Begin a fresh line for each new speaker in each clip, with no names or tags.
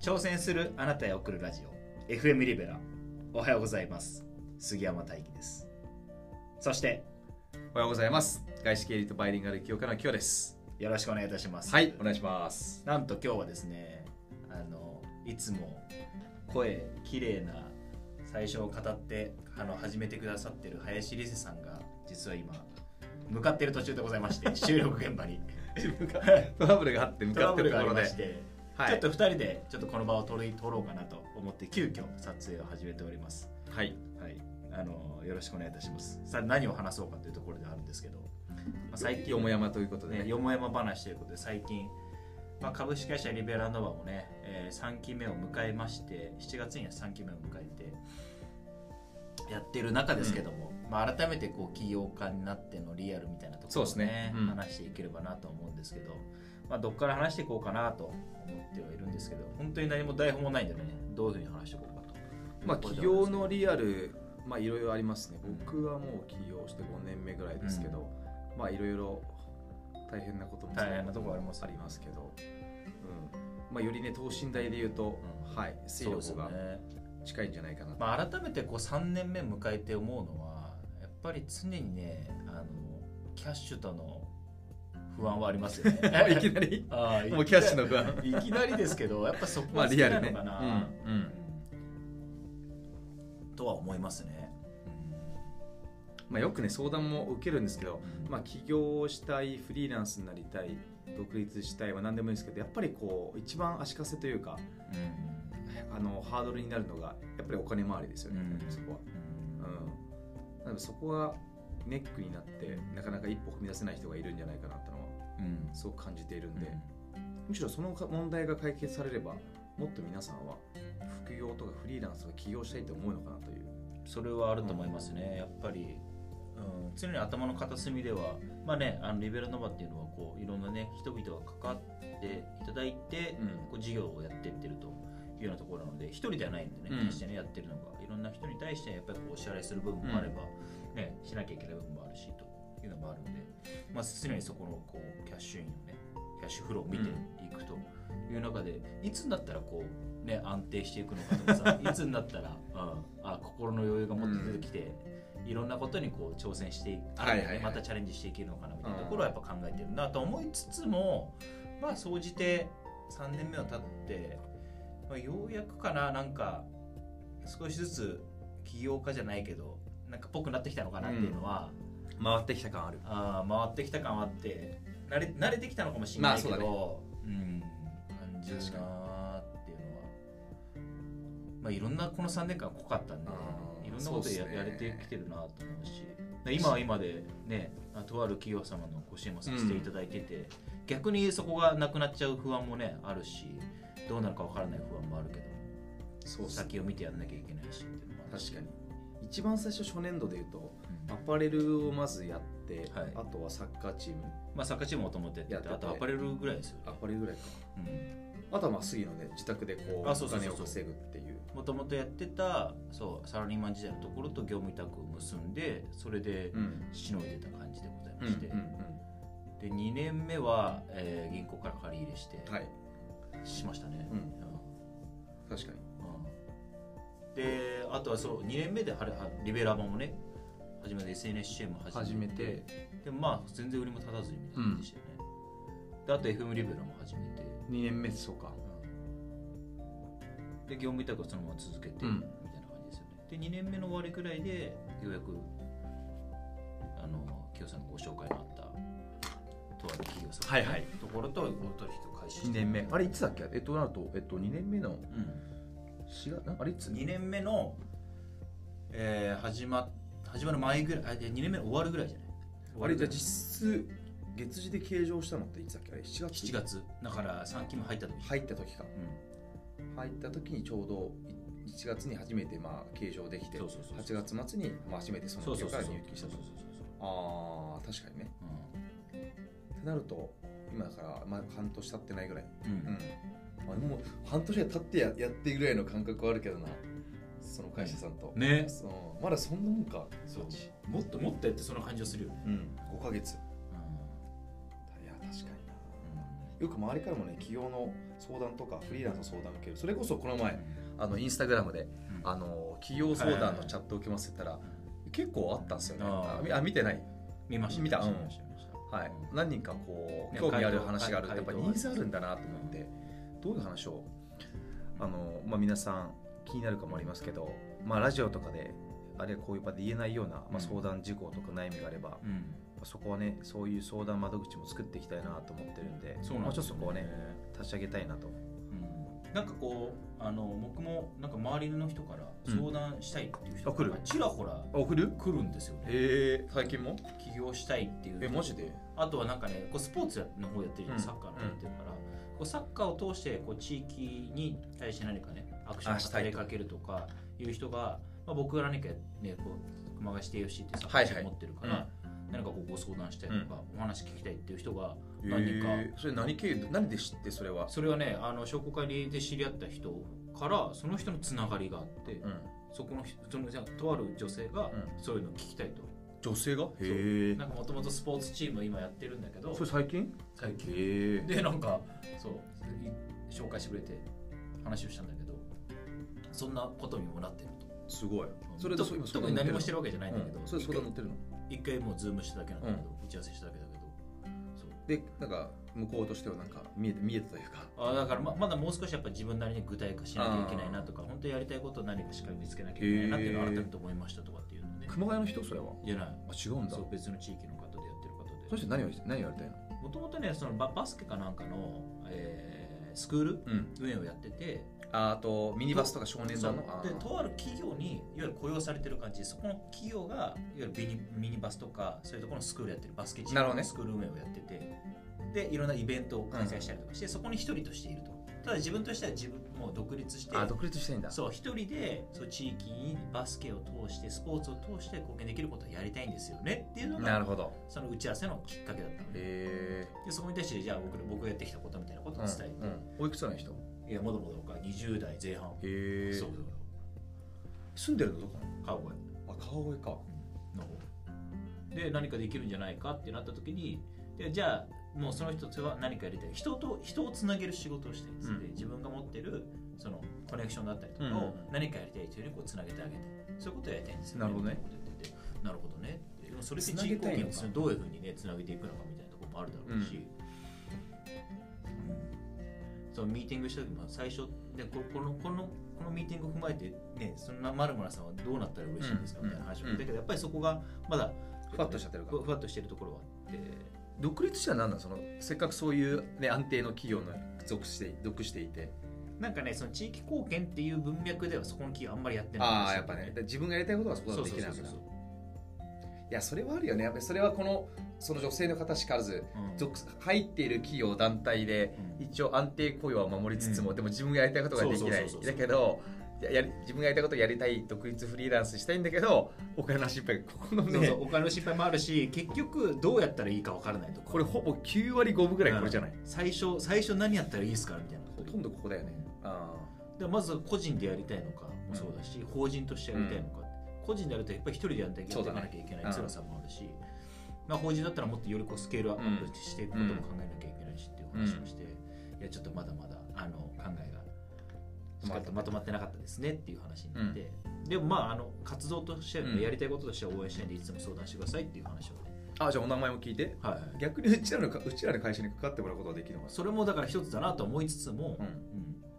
挑戦するあなたへ送るラジオ FM リベラおはようございます杉山大輝ですそして
おはようございます。外資系リートバイリンガル教科の今日です。
よろしくお願いいたします
はい、お願いします。
なんと今日はですねあのいつも声綺麗な最初を語ってあの始めてくださってる林理瀬さんが実は今向かってる途中でございまして 収録現場に
トラブルがあって向
ト
か
ラ
っ
ブ
て
ル
る
が
と
あり
ころで、
まして、
は
ちょっ
い、
と2人でちょっとこの場を撮り撮ろうかなと思って急遽撮影を始めております
はい、
はい、あのよろしくお願いいたします。さあ何を話そうかというところであるんですけど、まあ、最近
よもやまということで、
ね、
ね、
よもやま話ということで最近、まあ、株式会社リベラノバもね、えー3期目を迎えまして7月には3期目を迎えてやってる中ですけども、まあ、改めてこう企業家になってのリアルみたいなとこ
そ
ろ
う
を
です
ね
ねうん
話していければなと思うんですけど、まあ、どっから話していこうかなと思ってはいるんですけど本当に何も台本もないんでねどういうふうに話していこうかと。
まあ企業のリアル、まあいろいろありますね。僕はもう起業して5年目ぐらいですけど、まあいろいろ大変なことも
大変なところあります
ありますけど、うん、まあよりね等身大で言うと、
うん
はい、勢
そうです
力
よ
が
ね
近いんじゃないかなと。。
まあ、改めてこう3年目迎えて思うのはやっぱり常にねあのキャッシュとの不安はありますよね
いき なり、
あー
もうキャッシュの不安。
いきなりですけどやっぱそこ
ま
は
あ
好き
リア
な
ル
の
ね。
かな、
うん、うん。
うんとは思いますね。
まあ、よくね相談も受けるんですけど、まあ、起業したいフリーランスになりたい独立したいは何でもいいんですけどやっぱりこう一番足かせというか
あ、うん
あのハードルになるのがやっぱりお金回りですよね、
うん
そこは。うん、なのでそこはネックになってなかなか一歩踏み出せない人がいるんじゃないかなってのは
うん
すごく感じているん
で
で、むしろその問題が解決されればもっと皆さんは副業とかフリーランスとか起業したいと思うのかなという。
それはあると思いますね、やっぱり、うん、常に頭の片隅ではまあねあのリベラノバっていうのはこういろんなね人々が関わっていただいて、こう事業をやっていってるというようなところなので一人ではないんでね
うん
決してねやってるのがいろんな人に対してやっぱりこうお支払いする部分もあれば、ね、しなきゃいけない部分もあるしというのもあるので、まあ、常にそこのこうキャッシュインをねキャッシュフローを見ていくという中でいつになったらこうね安定していくのかとかさ いつになったら、うんあ心の余裕がもっと出てきて。いろんなことにこう挑戦していく、
はいはいはい
またチャレンジしていけるのかなみたいなところはやっぱ考えてるなと思いつつもまあ総じて3年目を経って、まあ、ようやくかななんか少しずつ起業家じゃないけどなんかぽくなってきたのかなっていうのは、
回ってきた感ある。
あー回ってきた感はあって慣れ慣れてきたのかもしれないけど、
まあ
うん感じるなーっていうのは、まあ、いろんなこの3年間濃かったんで
あー
いろんなことや,、
そうっすね
やれてきてるなと思うしで今は今でねあとある企業様のご支援もさせていただいてて、逆にそこがなくなっちゃう不安もねあるしどうなるかわからない不安もあるけど
そうっすね
先を見てやんなきゃいけないしっていうのもあるし
確かに一番最初初年度でいうと
うん
アパレルをまずやって、
はい
あとはサッカーチーム
まあサッカーチームもともとやってて
やってて
あとアパレルぐらいですよ
ア
ね
パレルぐらいか
うん
あとはまあ杉野で自宅でこう
あ
お
そうそうそう
金
そう
を稼ぐっていう
もともとやってたそうサラリーマン時代のところと業務委託を結んでそれで
うん
しのいでた感じでござい
うん
まして、
うん
で2年目は、えー銀行から借り入れして、
うんはい
しましたね、
うん
うん
確かに
うんであとはそう2年目ではれはリベラバもね初めて SNSCM 始
初
め
め
て
て
でもまあ全然売りも立たずにみたいな感じでしたよね、であと FM リベラも始めて、
2年目そうか
で業務委託をそのまま続けて、
うん
みたいな感じですよねで2年目の終わりくらいでようやくあの清さんのご紹介のあったとある企業さんのね、
はいはい
ところとお取引を開始して
2年目あれいつだっけえっとなるとえっと2年目の
うん、
4月あれいつ
2年目の、えー始ま始まる前ぐらいあ2年目の終わるぐらいじゃない
あれじゃあ実質月次で計上したのっていつだっけあれ7月
7月だから3期目入った時、
入った時か
うん
入った時にちょうど1月に初めてまあ計上できて
そうそうそうそう
8月末にまあ初めてその
そう
企
そうそう
業から
そう
入金したと
そうそうそうそう
あー確かにねってなると今だから、まあ、半年経ってないぐらい、
うん、うん
うんまあ、でも半年は経ってややってぐらいの感覚はあるけどなその会社さんと、
ね
そのまだそんなもんか
そう
こっち
もっともっとやってその感じがするよね、
うん5ヶ月い
うん
や確かになよく周りからもね企業の相談とかフリーランスの相談を受けるそれこそこの前あのインスタグラムであの企業相談のチャットを受けますって言ったら、結構あったんですよね
あ
あ
ー
あ見てない、
見ました
見たうん
見ました見ました
はい、何人かこう
ね
興味ある話がある
回
やっ
答
ぱニーズあるんだなと思ってどういう話をあの、まあ、皆さん気になるかもありますけど、まあ、ラジオとかであるいはこういう場で言えないような、
う
ま
ん
あ、相談事項とか悩みがあれば、
うん
そこはねそういう相談窓口も作っていきたいなと思ってるんで
そうなん
もう
ですよね
ちょっとそこはね立ち上げたいなと。
うんなんかこうあの僕もなんか周りの人から
うん
相談したいっていう人
あ来る
がちらほら
送る
来るんですよね
えー、最近も
起業したいっていう
えマジで
あとはなんかねこうスポーツの方やってるじゃん
うん
サッカーの方やってるから、こうサッカーを通してこう地域に対して何かねアクションを
あしたい
働
と
きかけるとかいう人が、まあ、僕が何かねこう熊谷してよしってサッカ
はい
ー
はい
チーム持ってるから、何かこうご相談したいとか、お話聞きたいっていう人が何
何
人
か、
か、
それ何経由何で知ってそれは
それはねあの商工会で知り合った人からその人のつながりがあって、
うん
そこの人そのじゃあとある女性が
う
そういうのを聞きたいと、
女性が
へ
へえ
なんかもともとスポーツチームを今やってるんだけど
それ最近
最近
へえ
でなんかそうい紹介してくれて話をしたんだけどそんなことにもなってると
すごい
と特に何もしてるわけじゃないんだけど、
それ
一
相
回
談乗ってるの
一回もうズームしただけなんだけど、打ち合わせしただけだけどそう
でなんか向こうとしてはなんか見えて見えたというか
あだからままだもう少しやっぱ自分なりに具体化しなきゃいけないなとか本当にやりたいことを何かしっかり見つけなきゃいけないなっていうのを改めて思いましたとかっていうので、
熊谷の人それは
じゃない
あ違うんだ
そう
そ
別の地域の方でやってる方で
の人何を何をやりたいの
もともとねそのババスケかなんかの、えースクール
うん
運営をやってて
ああとミニバスとか少年
そ
団
う
のあー
でとある企業にいわゆる雇用されてる感じそこの企業がいわゆるミニミニバスとかそういうところのスクールやってるバスケチ
な
ー
る
ムの
ほどね
スクール運営をやってて、でいろんなイベントを開催したりとかして、そこに一人としているとただ自分としては自分もう独立して
あ独立したいんだ
そう一人でそう地域にバスケを通してスポーツを通して貢献できることをやりたいんですよねっていうの
なる
が
ほど
その打ち合わせのきっかけだったので
へ
でそこに対してじゃあ僕ら僕がやってきたことみたいなことを
え
伝えて、
うんうんおいくつなの人
いやもともと僕は20代前半、
へえ
そうそう
住んでるのどこな
そう川越
のあ川越か
の方で何かできるんじゃないかってなった時にでじゃあもうその人とは何かやりたい人と人をつなげる仕事をしたいっつって、
うん
自分が持ってるそのコネクションだったりとか
うんうん
を何かやりたい人にこうつなげてあげてそういうことをやりたいんですよ、
なるほどね
ってことを言っててなるほどねってでもそれって
つな
地域
げた
貢
いの
献
か
につなどういうふうにねつなげていくのかみたいなところもあるだろうし、うんそのミーティングした時も最初でここのこのこのミーティングを踏まえてねそんな丸村さんはどうなったら嬉しいんですか
うん
みたいな話も
うん
だけどやっぱりそこがまだ
ふわっとしちゃってるから
ふわふわっとしてるところはあって
独立したら何なのそのせっかくそういう、ね、安定の企業の属して属していて
なんかねその地域貢献っていう文脈ではそこの企業あんまりやってない
あ
ん
あや
です
っぱ
よ
ねだから自分がやりたいことはそこ
そ
は
う
で
そ
き
う
な
そう
いか
そう
らいやそれはあるよねやっぱりそれはこのその女性の方しからず
うん
属入っている企業団体で
うん
一応安定雇用は守りつつも、
うん
でも自分がやりたいことができない
そうそうそうそう
だけどややり自分がやりたいことをやりたい独立フリーランスしたいんだけどお金の心配ここのね
そうそうお金の心配もあるし結局どうやったらいいかわからないとか
これほぼ9割5分ぐらいこれじゃない、
最初最初何やったらいいですかみたいな
ほとんどここだよねあ
でまず個人でやりたいのかもそうだし、法人としてやりたいのか、個人でやるとやっぱり一人でやってい
そう
か
だね
なきゃいけない辛さもあるし、まあ、法人だったらもっとよりこうスケールアップしていくことも考えなきゃいけないしっていう話もして、いやちょっとまだまだあの考えがしっかりとまとまってなかったですねっていう話になって、でもまああの活動としてはね、
うん
やりたいこととしては応援したいんでいつも相談してくださいっていう話をね、
ああじゃあお名前も聞いて
はいはい、
逆にうちらのかうちらの会社にかかってもらうことができるのかな
それもだから一つだなと思いつつも、
うん
うん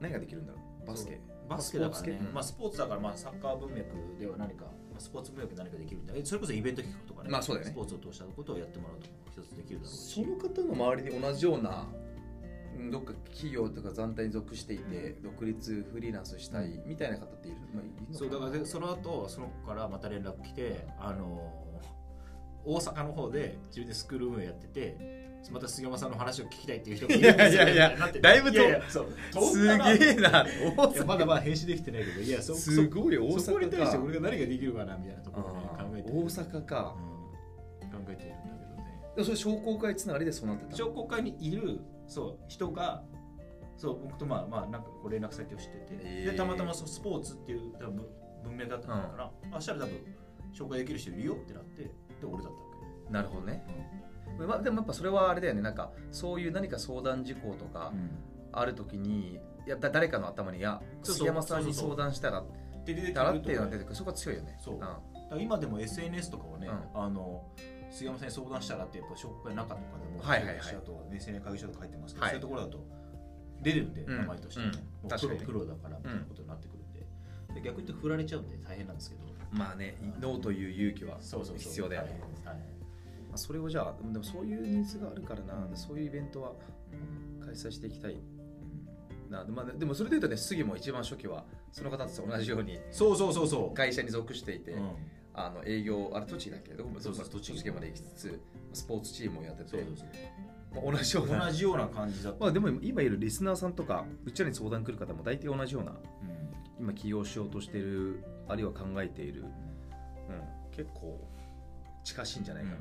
何ができるんだろうバスケ
バスケだからね、まあ、
ス
スポーツだからまあサッカー文脈では何か、まあ、スポーツ文脈で何かできるんだけどそれこそイベント企画とかね,、
まあそうだよね
スポーツを通したことをやってもらうとかも一つできるだろう
そ
し
の方の周りに同じようなうんどっか企業とか団体に属していて独立フリーランスしたいみたいな方っている,、まあ、いるのな
そうだからでその後その子からまた連絡来てあのー 大阪の方で自分でスクール運営やっててまた杉山さんの話を聞きたいっていう人がいるんですよ
いやいやいや
みたなって
だいぶ遠い
ややそう
す
遠いな
げえな大
いや
阪
まだまだ返信できてないけどいやそ
すごい大
そ
阪か
そこに対して俺が何ができるかなみたいなところを、ね、
あ
考
ー
えてる
大阪か
うん、考えてるんだけどね
でもそれ商工会つながりでそうなってた
商工会にいるそう人がそう僕とまあまあなんかこう連絡先を知ってて、
へー
でたまたまそうスポーツっていう多分文明だったから、あしたら多分紹介できる人いるよってなってで俺だったわ
なるほどね
け、
まあ、でもやっぱそれはあれだよねなんかそういう何か相談事項とかある時に、いやだ誰かの頭にいや
そうそう
杉山さんに
そうそう
相談したら
で出てく
だらっ
る
ていうの
と
が出
ね
てくるそこは強いよね
そうんだから今でも SNS とかはね、
う
あの杉山さんに相談したらってやっぱ紹介の中とかでも、
はいはいはい
あとね青年会議所とか書いてますけど、
はい
そういうところだと出るんで、
うん
名前としてね、
うん
もう
確か
黒
に
黒だからみたいなことになってくるんで,、で逆に言って振られちゃうんで大変なんですけど
まあねノーという勇気は
そうそうそう
必要だよね
大変ですはい
まあそれをじゃあでもそういうニーズがあるからな、
うん
そういうイベントは
うん
開催していきたいな、まあ、でもそれで言うとね杉も一番初期はその方たちと同じように
そうそうそうそう、
会社に属していて、
うん
あの営業あれ栃木だっけどこ
そうそう栃木
まで行きつつスポーツチームをやってて
そうそうそう
まあ同じような
同じような感じだった、
まあでも今いるリスナーさんとかうちらに相談来る方も大体同じような
うん
今起業しようとしているあるいは考えている、うん、結構近しいんじゃないかな、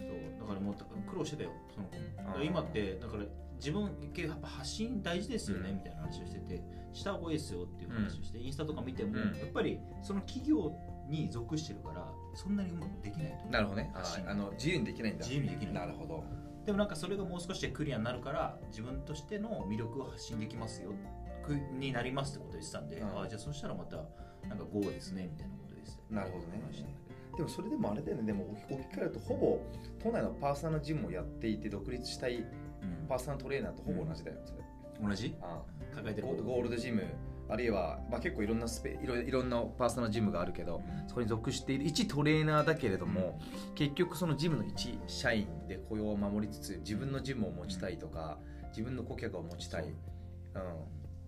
そうだからもう苦労してたよその子もだから
あー
今ってだから自分やっぱ発信大事ですよね、
うん
みたいな話をしててした方がいいですよっていう話をして、インスタとか見ても、
うん
やっぱりその企業に属してるからそんなにうまくできないと
なるほどねあ
発信
あの自由にできないんだ
自由にできない
なるほど
でもなんかそれがもう少しでクリアになるから自分としての魅力を発信できますよくになりますってことを言ってたんで、
うん
ああじゃあそしたらまたなんか GO ですねみたいなことでした
なるほどね
話なんだけ
でもそれでもあれだよねでも置き置き換えるとほぼ都内のパーソナルジムをやっていて独立したいパーソナルトレーナーとほぼ同じだよそれ、
ど同じ
あ
抱えてる
ゴ
こと
ゴールドジムあるいは、まあ、結構いろんなスペいろいろんなパーソナルジムがあるけどそこに属している一トレーナーだけれども、結局そのジムの一社員で雇用を守りつつ自分のジムを持ちたいとか、自分の顧客を持ちたい、
そう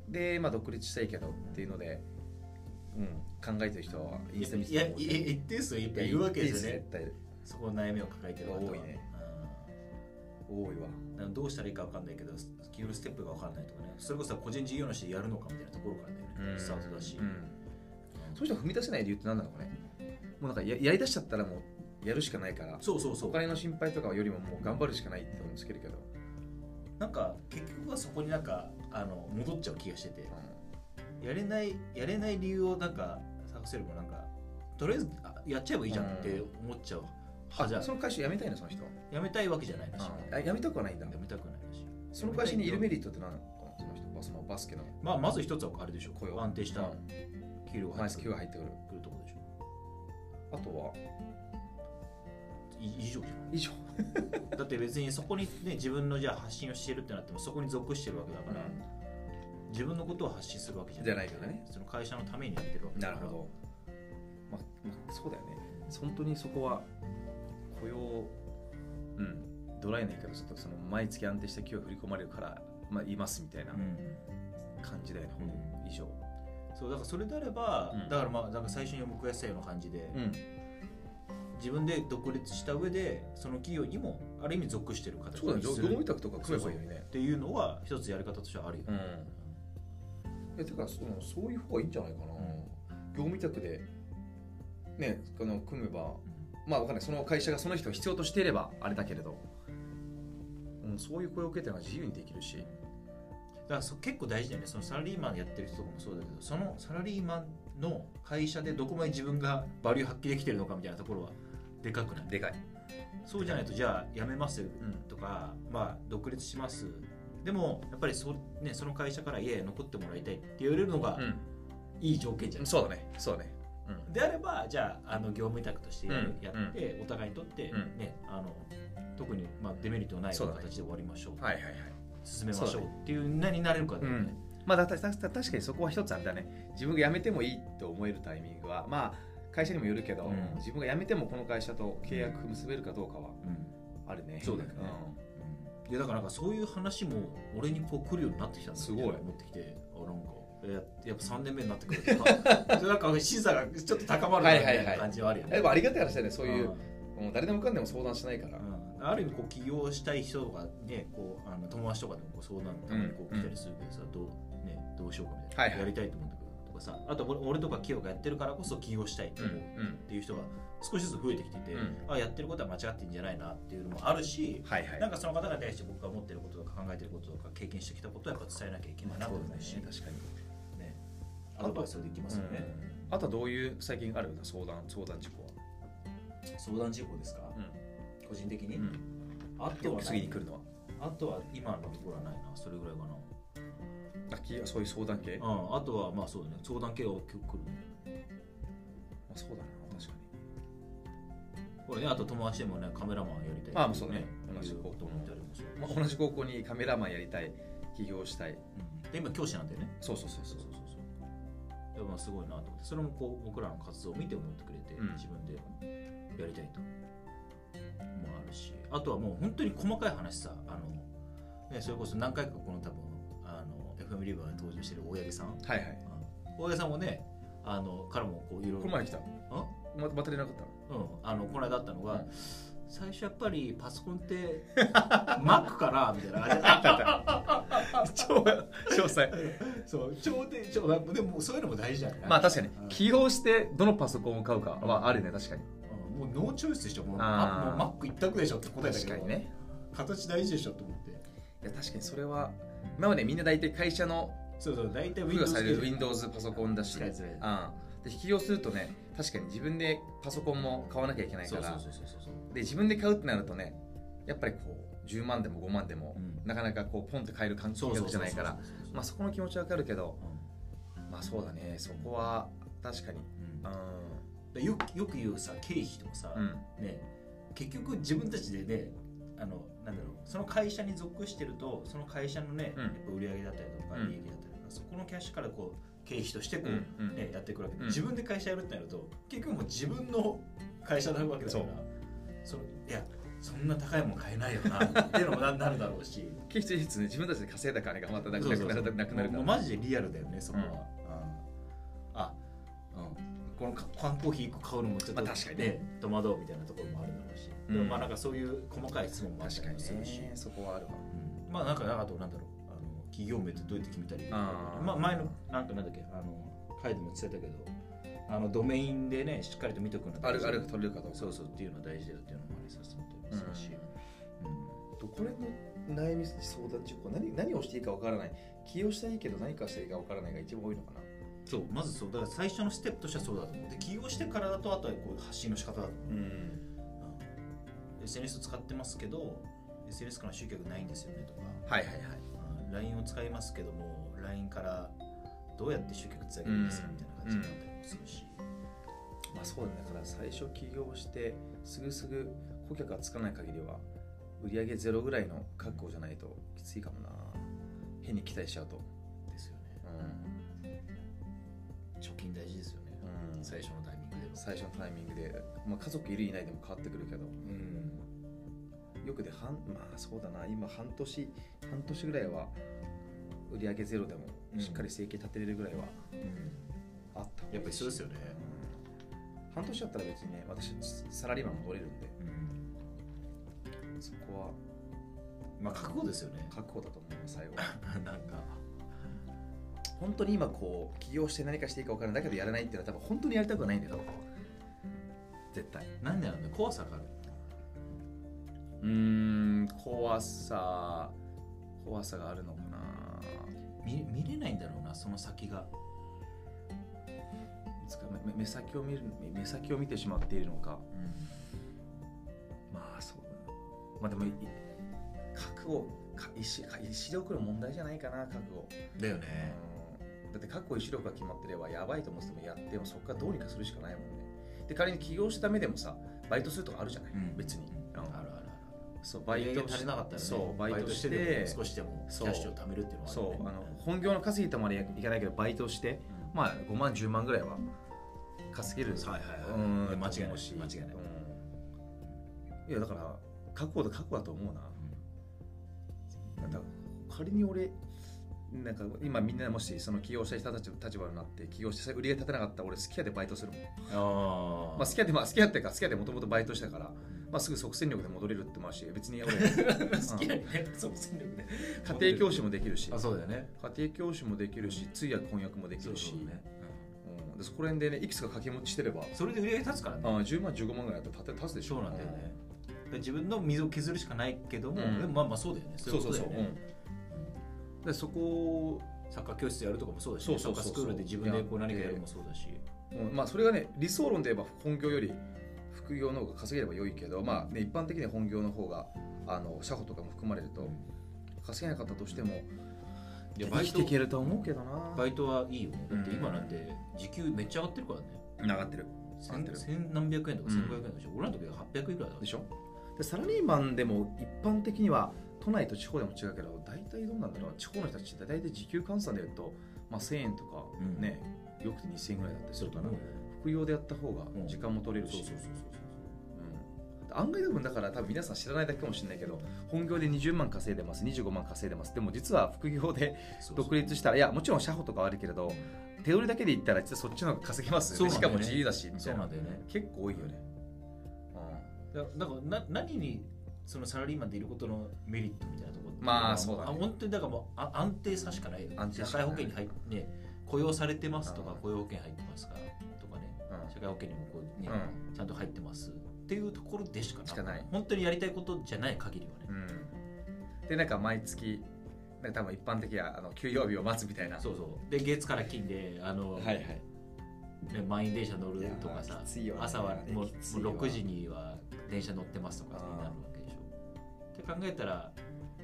うん、で、まあ、独立したいけどっていうので、うん、考えてる人はインスタ見て
いやい
も
や一定数いっぱいいるわけですよね
絶対
そこの悩みを抱えてる方は
多いね多いわ
うんだからどうしたらいいか分かんないけど企業のステップが分かんないとかねそれこそ個人事業主でやるのかみたいなところからだよねスタートだし、
うんそういう人が踏み出せない理由って何なのかねもうなんかややりだしちゃったらもうやるしかないから
そうそうそ
お
う
金の心配とかよりももう頑張るしかないって思うんですけど、
なんか結局はそこになんかあの戻っちゃう気がしててやれないやれない理由をなんか探せるもなんかとりあえずあやっちゃえばいいじゃんって思っちゃうは
あじ
じ
ゃ
ゃ
あその会社辞めたいのその人
やめたいわけじゃないらしい
あやめたくはないんだ
やめたくないらしい
その会社にいるメリットって何なのその人はそのバスケの
まあまず一つはあれでしょ
雇用
安定した
うん
給料が入っ
毎
て
月
く
給
る
が入ってくる
くるところでしょ
あとはい
以上じゃん
以上
だって別にそこに ね自分のじゃあ発信をしてるってなってもそこに属してるわけだ
う
から、
ん
自分のことを発信するわけじゃ
じ
な
ゃ
い
ないからね
その会社のためにやってるわけだ
な
か
る
ら
ほどまあまあそうだよね本当にそこは雇用うんドライな言い方ちょっとその毎月安定した給与振り込まれるからまあいますみたいな
うん
感じだよね、
う
以上
そうだからそれであれば、
うん
だからまあなんか最初に僕がやってたような感じで、
うん
自分で独立した上でその企業にもある意味属してる形
そうだね
に
業
す
務委
る
託とか組めばいいよね
っていうのは一つやり方としてはあるよ、
うんえてかそのそういう方がいいんじゃないかな、業務委託でねこの組めばまあわかんないその会社がその人が必要としていればあれだけれど、うん、そういう雇用を受けてのは自由にできるし
だからそ結構大事だよねそのサラリーマンやってる人とかもそうだけどそのサラリーマンの会社でどこまで自分がバリュー発揮できてるのかみたいなところはでかくない
でかい、
そうじゃないとじゃあ辞めます
うん、
とか、まあ、独立しますでもやっぱりそ,、ね、その会社からいやいや残ってもらいたいって言われるのがいい条件じゃ
うん
ない、
そうだねそうだねうん
であればじゃああの業務委託としてやる
うん
やって、お互いにとって、
うん
ねあの特に、まあ、デメリットのないような
そうだね
形で終わりましょう
はいはいはい
進めまし
そ
ょう
うだ
っていう何になれるかだよね、
まあだたたた確かにそこは一つあれだね自分が辞めてもいいと思えるタイミングはまあ会社にもよるけど、
うん
自分が辞めてもこの会社と契約結べるかどうかは
うん
あるね
そうだよねいやだからなんかそういう話も俺にこう来るようになってきたんだよ
すごい
みたな思ってきてあなんかややっぱ3年目になってくると なそれなんか審査がちょっと高まるなみたいな感じはあるよ
うん
ね、
やっぱありがたい話だよねそういう
うん
うん誰でもかんでも相談しないから、
うんある意味こう起業したい人とかねこうあの友達とかでもこう相談たまにこう来たりするけどさ、どうね、どうしようかみたいな、
はいはい
やりたいと思うんだけどとかさあと俺俺とか企業がやってるからこそ起業したいと思うっていう人が少しずつ増えてきてて、
うん
あやってることは間違ってんじゃないなっていうのもあるし
はいはい
なんかその方が対して僕が思ってることとか考えてることとか経験してきたことはやっぱ伝えなきゃいけないなと
そう
思
だ
うし、
ね確かに
ね、アドバイスはできますよね、
あとはどういう最近ある相談相談事項は、
相談事項ですか、
う
個人的に、
うん、
あとはな
次
い
に来るのは
あとは今のところはないなそれぐらいかな
ラッキーそういう相談系、ま
うん、あとはまあそうだね相談系が結構来るね
あ、そうだな確かに
これねあと友達でもねカメラマンやりたい
あまあそうね
同
同
じ
じ
こ
高
と
校
思ったりもする、
まあ、同じ高校にカメラマンやりたい起業したい
うんで今教師なんだよね
そうそうそうそ
そうそ
う
うそうそうでもまあすごいなと思ってそれもこう僕らの活動を見て思ってくれて、
うん
自分でやりたいともあるしあとはもう本当に細かい話さあの、ね、それこそ何回かこの多分あの FM リバーに登場してる大八木さん、うん
はいはい
大八木さんもねあのからもこういろいろ
この前来た
うん
ままた連絡あったの
うん、あのこの間あったのが、
うん
最初やっぱりパソコンって Mac かなみたいなあれ
あったあった超詳細
そう超で超でもそういうのも大事じゃない
まあ確かに
うん
起業してどのパソコンを買うかはあるね確かに
うんもうノーチョイスでしょもう
あ
あ
ー
もう Mac 一択でしょって答えだけ
確
ど
かにね
形大事でしょと思って
いや確かにそれは今までみんな大体会社の
そうそう大体
付与
Windows
される
系
Windows パソコンだし
使いづらい
うんで引き業するとね確かに自分でパソコンも買わなきゃいけないか
そうそう
ら
そうそうそう
で自分で買うってなるとねやっぱりこう10万でも5万でも
うん
なかなかこうポンって買える環境じゃないからまあそこの気持ちはわかるけどまあそうだねそこは確かに
うん
う
でよくよく言うさ経費とかさ、
んうん
ね結局自分たちでねあのなんだろうその会社に属してるとその会社のね、
うん
やっぱ売り上げだったりとか
うん
利益だったりとか、そこのキャッシュからこう経費としてこう、
うんうん
ね、やっていくわけで、
うん
自分で会社やるってなると結局もう自分の会社なわけだか
そ
ら
う
そのいやそんな高いもん買えないよなっていうのもななるだろうし
経費実質ね自分たちで稼いだ金がまたなく
そう
な
そう
くな
そう
るなくなるか
もう
ら
マジでリアルだよねそこは、
うん
ああうんこのか缶コーヒー1個買うのもちょっと、
まあ確かにね
ね戸惑うみたいなところもあるだろうし、
うん
でもまあなんかそういう細かい質問もあったりもするし、
そこはあるわ
うんまあなんかあとなんだろうあの企業名ってどうやって決めたり
あー
まあ、前のなんかなんだっけあの回でも伝えたけどあのドメインでねしっかりと見とくの
あ
大事
るある取れるかどうか
そうそうっていうのは大事だよっていうのもありさせてもらってますし、うん
とこれの悩み相談事項何何をしていいかわからない起用したいけど何かしたらいいかわからないが一番多いのかな
そうまずそうだから最初のステップとしてはそうだと思うで起業してからだとあとはこう発信の仕方だと思う
うん、
うん SNS 使ってますけど SNS からの集客ないんですよねとか、
はいはいはい
うん LINE を使いますけども LINE からどうやって集客つなげるんですかみたいな感じになったりもするし、
まあそうだねだから最初起業してすぐすぐ顧客がつかない限りは売上ゼロぐらいの覚悟じゃないときついかもな変に期待しちゃうと
ですよね
うん、
貯金大事ですよね、
うん
最初のタイミングでの
最初のタイミングで、まあ、家族いるいないでも変わってくるけどよくで半まあそうだな今半年半年ぐらいは売り上げゼロでも
うん
しっかり生計立てれるぐらいはあった、
やっぱりそうですよね、
うん半年だったら別にね私サラリーマン戻れるんでそこは
まあ覚悟ですよね
確保だと思う最後
なんか
本当に今こう起業して何かしていいか分からないだけどやらないっていうのは多分本当にやりたくはないんだよ多分絶対
なんでなんだろうね怖さがある
うーん怖さ怖さがあるのかな
見見れないんだろうなその先が
いつか目目先を見る目目先を見てしまっているのかまあそうだなまあでもい覚悟か意志か意志力の問題じゃないかな覚悟、
だよね
うんだって覚悟意志力が決まってればやばいと思っててもやってもそこからどうにかするしかないもんねで仮に起業した目でもさバイトするとかあるじゃない、
うん
別に、
あるあるある
そうバイ
売り上
ト
げ足りなかったらね
そうバイトして
でも少しでもキ
そう
ャッシュを貯めるっていうのはあるよ
そ
ね
うあの本業の稼ぎとまでいかないけどバイトして
うん
まあ5万10万ぐらいは稼げる
はいはいはいいや
うん
間違いない
と思うし
間違いない
うんいやだから覚悟だ覚悟だと思うななんか仮に俺なんか今みんなもしその起業した人たちの立場になって起業して売り上げ立てなかったら俺好き屋でバイトするもん、
あ
まあ、好き屋でまあ好き屋っていうか好き屋でもともとバイトしたから、まあ、すぐ即戦力で戻れるってもあるし別 に俺
好きなねそう戦力ね
家庭教師もできるし
あそうだよね
家庭教師もできるし通訳翻訳もできるしうんでそこら辺でねいくつか掛け持ちしてれば
それで売り上げ立つから
あ
ね
10万15万ぐらいだったら立て立つでしょ
そうなんだよねで自分の溝を削るしかないけども
うん
でもまあまあそうだよね
うんそうそうそ
い
う、
ことだよね
うんでそこを
サッカー教室やるとかもそうだしねサ
そう
ッカ
そう
ー
そう
ス
そ
ク
う
ールで自分でこう
いや
何かやるのもそうだし
うんまあそれがね理想論で言えば本業より副副業の方が稼げれば良いけど、まあね、一般的には本業の方があの社保とかも含まれると稼げなかったとしても
いや
生
バイ
き
ト
ていけると思うけどな
バイトはいいよねだって
うん
今なんて時給めっちゃ上がってるからね
上がってる上がっ
千
てる
千何百円とか
うん
千五百円でしょ、俺らの時は800円ぐらいだった
でしょでサラリーマンでも一般的には都内と地方でも違うけど大体どうなんだろう地方の人たちって大体時給換算で言うと、まあ、1000円とか
うん
ね、よくて2000円ぐらいだったりす
そう
るか
からな、
副業でやった方が時間も取れるし、
そうそうそうそう
うん案外多分だから多分皆さん知らないだけかもしれないけど本業で20万稼いでます25万稼いでますでも実は副業で
そう
独立したらいやもちろん社保とかはあるけれど手売りだけで言ったら実はそっちの方が稼げますよね
そう
し
な
か
んだよ
も
ね
自由だしみた
そう
いな
なんだよね
結構多いよね、
だだからな何にそのサラリーマンでいることのメリットみたいなところ
まあそうだ
あ
ね
本当にだからもうあ安定さしかないよね
安定
社
しかな
会
い
保険に入って、ね、雇用されてますとか
うん
雇用保険入ってますからとかね
うん
社会保険にもこう、ね
う
ちゃんと入ってますっていうところでしかな
しかない
本当にやりたいことじゃない限りはね、
うん、でなんか毎月なんか多分一般的にはあの給料日を待つみたいな
そうそうで月から金であの、
はいはい
ね、満員電車乗るとか
いや
さ
ーきついよね
朝はもうもう
きついわ
6時には電車乗ってますとかになるわけでしょって考えたら、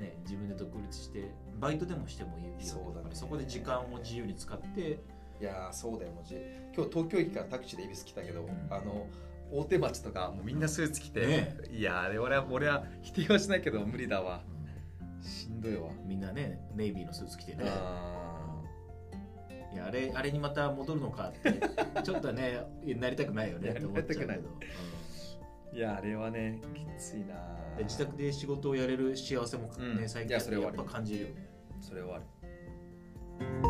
ね、自分で独立してバイトでもしてもいいよね
そうだね
そこで時間を自由に使って
いやーそうだよもうじ今日東京駅からタクシーで恵比寿来たけど、
ん
あの大手町とかもうみんなスーツ着て、
ね
いやーあれ俺は俺は否定はしないけど無理だわしんどいわ、
みんなねネイビーのスーツ着てね
あ
いやあれあれにまた戻るのか ってちょっとねなりたくないよねって思っちゃうけど、
なりたくーいやあれはねきつい
う
な
ん
ー
で自宅で仕事をやれる幸せも、ね
うん
最
い
近
やそれは
や
あ
っ
る
ぱ感じるよね
それはある